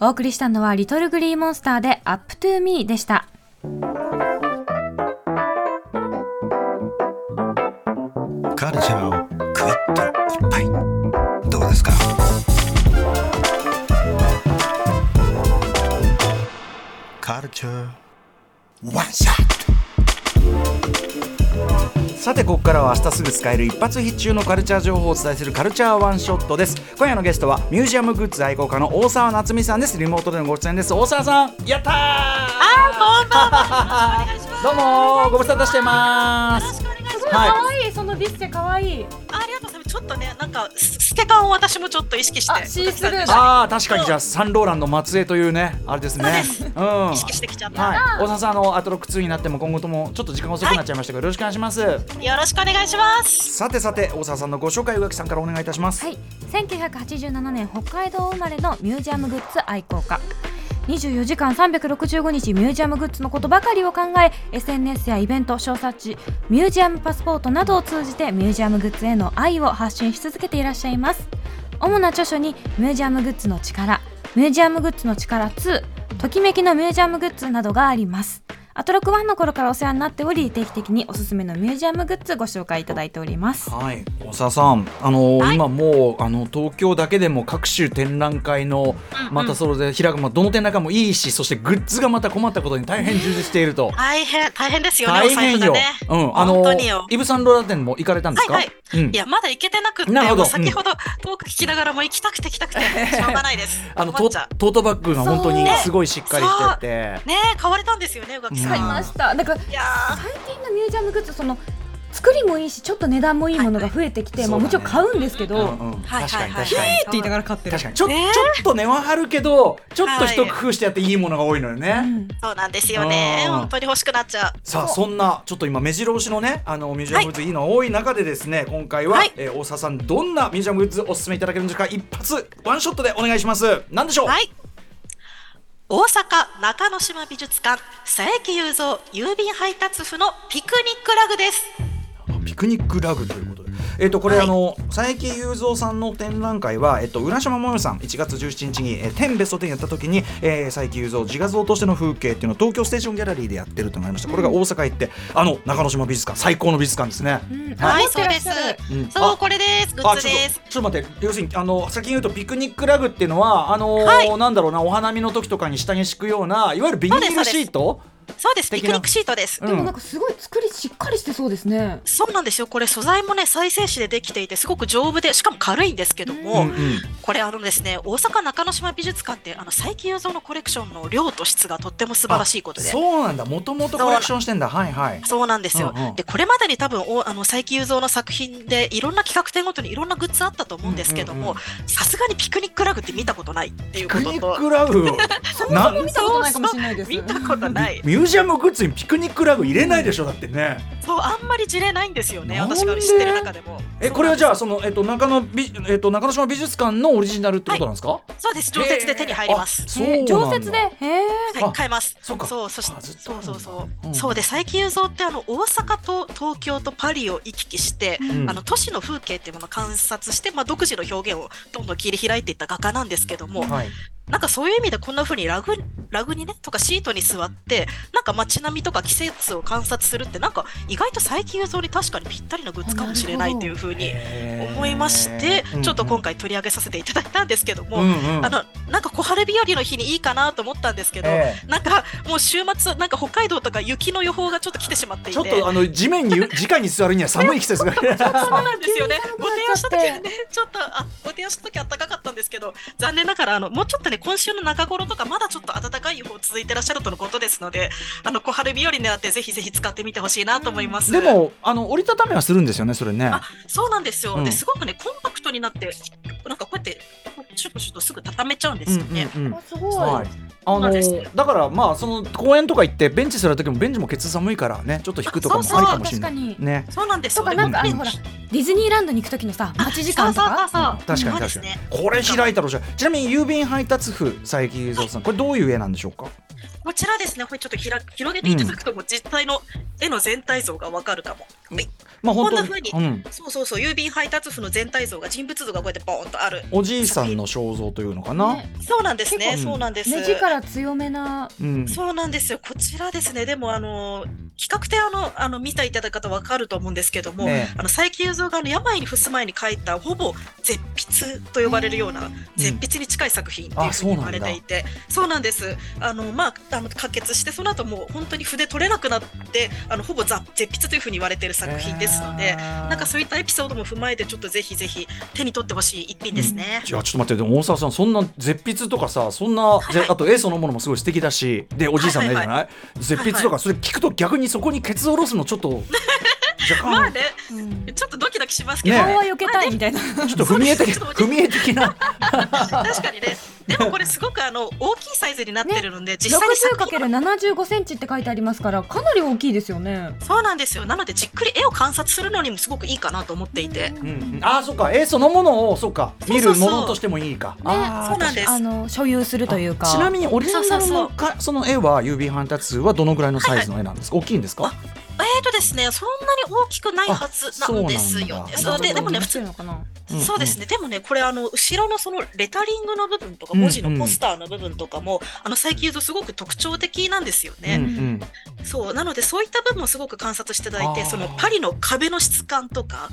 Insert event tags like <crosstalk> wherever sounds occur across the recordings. お送りしたのはリトルグリーモンスターでアップトゥーミーでしたカルチャーをクイッといっぱいどうですかカルチャーワンショットさてここからは明日すぐ使える一発必中のカルチャー情報をお伝えするカルチャーワンショットです今夜のゲストはミュージアムグッズ愛好家の大沢夏美さんですリモートでのご出演です大沢さんやったーあこんばんはどうもご無沙汰してますはいいいそのディッセ可愛いあありがとうございます。ちょっとね、なんか、す透け感を私もちょっと意識して。あシースルーだお客さんあー確かにじゃあサンローランの末裔というねあれですねうんに意識してきちゃった。はい、大沢さんあのアトロック2になっても今後ともちょっと時間遅くなっちゃいましたが、よろしくお願いしますよろしくお願いします。さてさて大沢さんのご紹介植木さんからお願いいたします、はい、1987年北海道生まれのミュージアムグッズ愛好家24時間365日ミュージアムグッズのことばかりを考え SNS やイベント小冊子ミュージアムパスポートなどを通じてミュージアムグッズへの愛を発信し続けていらっしゃいます主な著書に「ミュージアムグッズの力」「ミュージアムグッズの力2」「ときめきのミュージアムグッズ」などがありますアトロク1の頃からお世話になっており定期的におすすめのミュージアムグッズご紹介いただいておりますはい、大沢さん、あのー今もうあの東京だけでも各種展覧会の、うんうんまたそれで開く、まあ、どの展覧会もいいし、そしてグッズがまた困ったことに大変充実していると。大変、大変ですよね、大お財変布がよ。ね。うん、あの本当によイブサンローラン店も行かれたんですか。はいうんい、や、まだ行けてなくって、なるほどもう先ほどトーク聞きながらも行きたくて行きたくて、しょうがないです <laughs> 。あのト困っちゃうトートバッグが本当にすごいしっかりしてて。ねえ、買われたんですよね、うがきさうん。買んいいましたなんかやー最近のミュージアムグッズその作りもいいしちょっと値段もいいものが増えてきて、はいまあ、そうだねもちろん買うんですけうんど、うん確はかいはいにはい確かに。って言いながら買ってる確かにちょ,、ねちょっと値は張るけどちょっと一工夫してやっていいものが多いのよね、うんそうなんですよね。うん本当に欲しくなっちゃう。さあそそんなちょっと今目白押しのねあのミュージアムグッズいいの多い中でですね、今回は、はいえー大沢さんどんなミュージアムグッズおすすめいただけるんでしょうか一発ワンショットでお願いします何でしょう、はい。大阪中之島美術館佐伯雄三郵便配達夫のピクニックラグです。ピクニックラグということで。えっとこれ、はいあの佐伯雄三さんの展覧会は、えっと、浦島もよさん1月17日に、えー、天ベスト10やった時に、えー、佐伯雄三自画像としての風景っていうのを東京ステーションギャラリーでやってるとなりましたこれが大阪行ってあの中之島美術館最高の美術館ですね。うんは持い、ってそうらっでしすゃる。うんそあう、これです。グあッちズょでっす。とちょっと待って要するにあの先に言うとピクニックラグっていうのはあのーはいなんだろうなお花見の時とかに下に敷くようないわゆるビニールシートそうです。的ピなクニックシートです。うんでもなんかすごい作りしっかりしてそうですね、そうなんですよ。これ素材もね、再生紙でできていて、すごく丈夫で、しかも軽いんですけどうんも、うんこれあのですね、大阪中之島美術館って、あの、最近雄三のコレクションの量と質がとっても素晴らしいことで。そうなんだもともとコレクションしてんだはいはいそうなんですよ。うんうんで、これまでに多分、おあの、佐伯雄三の作品で、いろんな企画展ごとにいろんなグッズあったと思うんですけどうもん、さすがにピクニックラグって見たことないっていうピこクとニッと、クラグな見たことないかもしれないです見たことない。ミュージアムグッズにピクニックラグ入れないでしょだってねそう、あんまり事例ないんですよね、なんで私が知ってる中でも。えこれはじゃあそのえっと中野美えっと中之島美術館のオリジナルってことなんですかそうです、常設で手に入りますあ。そうえなーんだ常設でへえはい、買えます。そうかそう、そしあずっとあそるうんだそうそう。うんそうで、最近雄三ってあの大阪と東京とパリを行き来して、んあの都市の風景っていうものを観察して、まあ独自の表現をどんどん切り開いていった画家なんですけども、はいなんかそういう意味でこんな風にラグラグにねとかシートに座って、なんか街並みとか季節を観察するってなんか意外と最近雄三に確かにぴったりなグッズかもしれないっていう風に思いまして、ちょっと今回回取り上げさせていただいたんですけども、うんうんあのなんか小春日和の日にいいかなと思ったんですけど、えなんかもう週末、なんか北海道とか雪の予報がちょっと来てしまっていて、ちょっとあの地面 <laughs> に直に座るには寒い季節がそうなんですよね、急に寒くごなっち提ゃって案した時はね、ちょっとあご提案した時は暖かかったんですけど、残念ながらあの、もうちょっとね、今週の中頃とか、まだちょっと暖かい予報続いてらっしゃるとのことですので、あの小春日和狙って、ぜひぜひ使ってみてほしいなと思います。でもあの折りたたみはするんですよねそれねあそうなんですよ、うんですごくね、コンパクトになって、なんかこうやって、シュッとシュッとすぐ畳めちゃうんでうんすよね。うんうんあすごい、はい、あのそうなんでーだからまあその公園とか行ってベンチする時もベンチもケツ寒いからねちょっと引くとかもそうそうありかもしれない確かにねそうなんですとよかなんかあうのんほらディズニーランドに行く時のさ待ち時間とそうかそうそうそう確かに確そうですかに、ねこれ開いたらおしゃれちなみに郵便配達夫佐伯雄三さんこれどういう絵なんでしょうかこちらですね、これちょっとひら広げていただくと、もう実体の絵の全体像がわかるかも。はいまあ本当こんな風にうん、そうそうそう郵便配達婦の全体像が人物像がこうやってボーンとあるおじいさんの肖像というのかな、ねそうなんですね結構そうなんです目力強めなうん、そうなんですよこちらですねでもあの比較的あのあの見ていただいた方わかると思うんですけども、ねあの佐伯雄三があの病に伏す前に書いたほぼ絶筆と呼ばれるような絶筆に近い作品っていうふうに言われていて、そうなんですあの、まあ、あの可決してその後もう本当に筆取れなくなってあのほぼざ絶筆というふうに言われている作品ですので、なんかそういったエピソードも踏まえてちょっとぜひぜひ手に取ってほしい一品ですね。いやちょっと待ってでも大沢さんそんな絶筆とかさそんな、ぜあと絵そのものもすごい素敵だしでおじいさんの絵じゃない、は絶筆とかそれ聞くと逆にそこにケツを下ろすのちょっと若干、ま <laughs> あね、うんちょっとドキドキしますけど、ね顔は避けたいみたいなちょっと踏み絵的そうです踏み絵的な確かにね。でもこれすごくあの大きいサイズになってるので、実際に作品 60×75 センチって書いてありますからかなり大きいですよねそうなんですよ。なのでじっくり絵を観察するのにもすごくいいかなと思っていて。うんうんあーそっか絵そのものをそうかう見そうそうるものとしてもいいかあーそうなんですあの所有するというかちなみにオリジナルそうそうそのかその絵は郵便配達はどのぐらいのサイズの絵なんですか、大きいんですかえーとですね、そんなに大きくないはずなんですよね。あそそううなんだででもね普普通通。のかなうんそうですね、でもね、これあの、後ろのそのレタリングの部分とか、文字のポスターの部分とかも、あの最近言うとすごく特徴的なんですよね。うんうんそうなのでそういった部分もすごく観察していただいてあーそのパリの壁の質感とか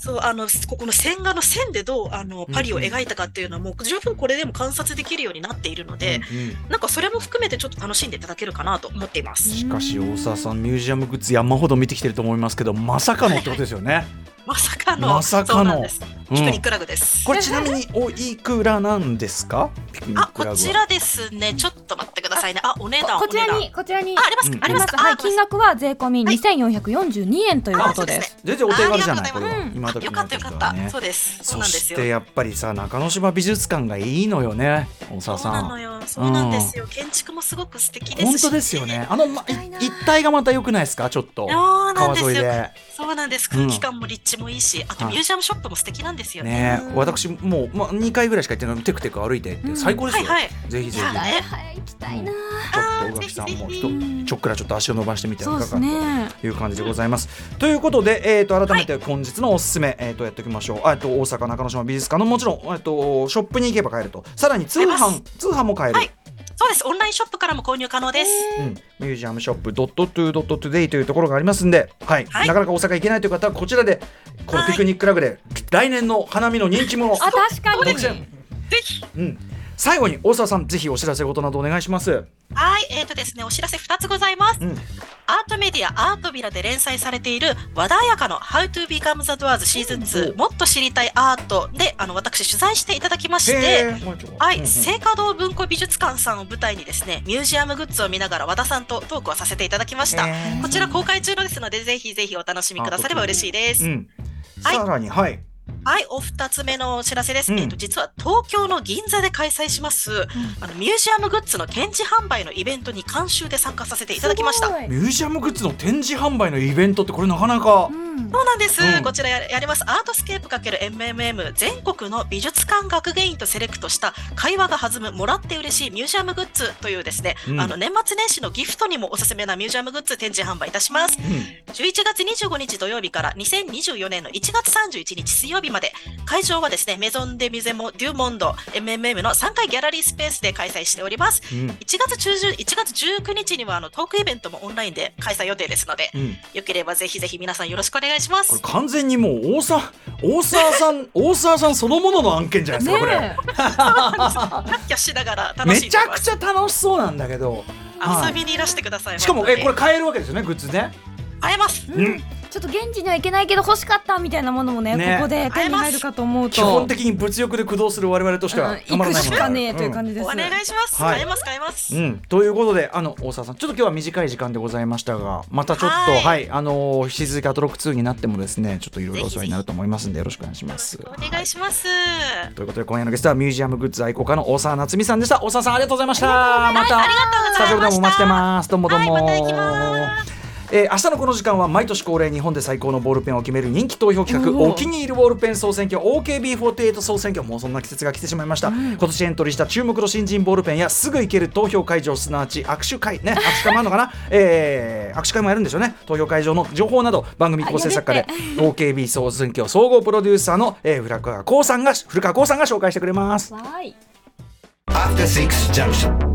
そうあのここの線画の線でどうあのパリを描いたかっていうのはもう十分これでも観察できるようになっているので、うんうんなんかそれも含めてちょっと楽しんでいただけるかなと思っています。しかし大沢さんミュージアムグッズ山ほど見てきてると思いますけどまさかのってことですよね。まさかのまさかのそうなんです。うんピクニックラグです。これちなみにおいくらなんですか？ピクニッあクこラグはちらですねちょっと待ってくださいねあお値段こおこちら値段にこちらにあありますか、うんあありりまますすかはいあごめん金なさ額は税込みはい2442円ということであそうですす全然お手軽じゃああなりいがことれうございはます今あ時よのかったよかった、ねそうですそうそなんですしよてやっぱりさ中之島美術館がいいのよね大沢そさうなんの。よそうなんですよ、建築もすごく素敵ですし本当ですよね。あの、ま、い一体がまた良くないですか？ちょっとそうなん川です沿いよで。そうなんです。うん空気感も立地もいいし、あとはいミュージアムショップも素敵なんですよね。ね、私もうま2回ぐらいしか行ってないのにテクテク歩いてってうん最高ですはいよ。はい。ぜひぜひ。そうだね行きたいなちょっと小垣さんもひとちょっくらちょっと足を伸ばしてみてはいそうかでがすとねという感じでございます。ということで、えー、と改めて本日のおすすめ、えー、とやっておきましょう。あえっと大阪中之島美術館のもちろん、えー、とショップに行けば買えると、さらに通買えます販通販も買える。はいそうです。オンラインショップからも購入可能です。うん、ミュージアムショップドットトゥードットトゥデイというところがありますんで、はいはいなかなか大阪行けないという方はこちらでこのピクニックラグで、来年の花見の人気者、あ確かそうにですよぜひ。うん、最後に大沢さんぜひお知らせ事などお願いします。はい。えっ、とですね、お知らせ2つございます。うんアートメディアアートビラで連載されている和田彩香の How to Become the Doors シーズンう2んもっと知りたいアートであの私取材していただきまして、ーもう一個はうんうい、ん聖華堂文庫美術館さんを舞台にですね、ミュージアムグッズを見ながら和田さんとトークをさせていただきました。へーこちら公開中ですので、ぜひぜひお楽しみくだされば嬉しいです。うん、はいさらにはい。はい、お二つ目のお知らせです。うんえっと、実は東京の銀座で開催します、あのミュージアムグッズの展示販売のイベントに監修で参加させていただきました。すそごいミュージアムグッズの展示販売のイベントってこれなかなかう。んうなんです。うんこちらややります。アートスケープ ×MMM 全国の美術館学芸員とセレクトした会話が弾むもらって嬉しいミュージアムグッズというですね、うんあの年末年始のギフトにもおすすめなミュージアムグッズ展示販売いたします。うん11月25日土曜日から2024年の1月31日水曜日まで会場はですねメゾン・デ・ミュゼモ・デュ・モンド MMM の3階ギャラリースペースで開催しておりますうん1月中旬1月19日にはあのトークイベントもオンラインで開催予定ですのでうん、よければぜひぜひ皆さんよろしくお願いしまこれす完全にもう大沢大沢さん <laughs> 大沢さんそのものの案件じゃないですかこれ、ねキャッキャしながら楽めしんでちゃまくすちゃ楽しそうなんだけど遊びにいらしてくださいしかも本当えにこれ買えるわけですよねグッズね会えますえうんちょっと現地には行けないけど欲しかったみたいなものもねねここで手に入るかと思うと基本的に物欲で駆動する我々としてうはんたまら行なくいしものだかねえといううん感じでおす願いしますはい会えます会えますうん、ということであの大沢さんちょっと今日は短い時間でございましたがまたちょっとははいい、あのー引き続きアトロック2になってもですねちょっといろいろお世話になると思いますんでよろしくお願いしよまろしすくお願いしますということで今夜のゲストはミュージアムグッズ愛好家の大沢夏美さんでした大沢さんありがとうございましたまたありがとうございましたスタジオでもお待ちしてますどうもどうも、はいまた行きますえー明日のこの時間は毎年恒例日本で最高のボールペンを決める人気投票企画おーお気に入りボールペン総選挙 OKB48 総選挙もうそんな季節が来てしまいました、今年エントリーした注目の新人ボールペンやすぐ行ける投票会場すなわち握手会ね握手会もあるのかな、えー握手会もやるんでしょうね投票会場の情報など番組構成作家であ OKB 総選挙総合プロデューサーの、えー、古川光さんが古川光さんが紹介してくれますわーいアフターシックスジャンクション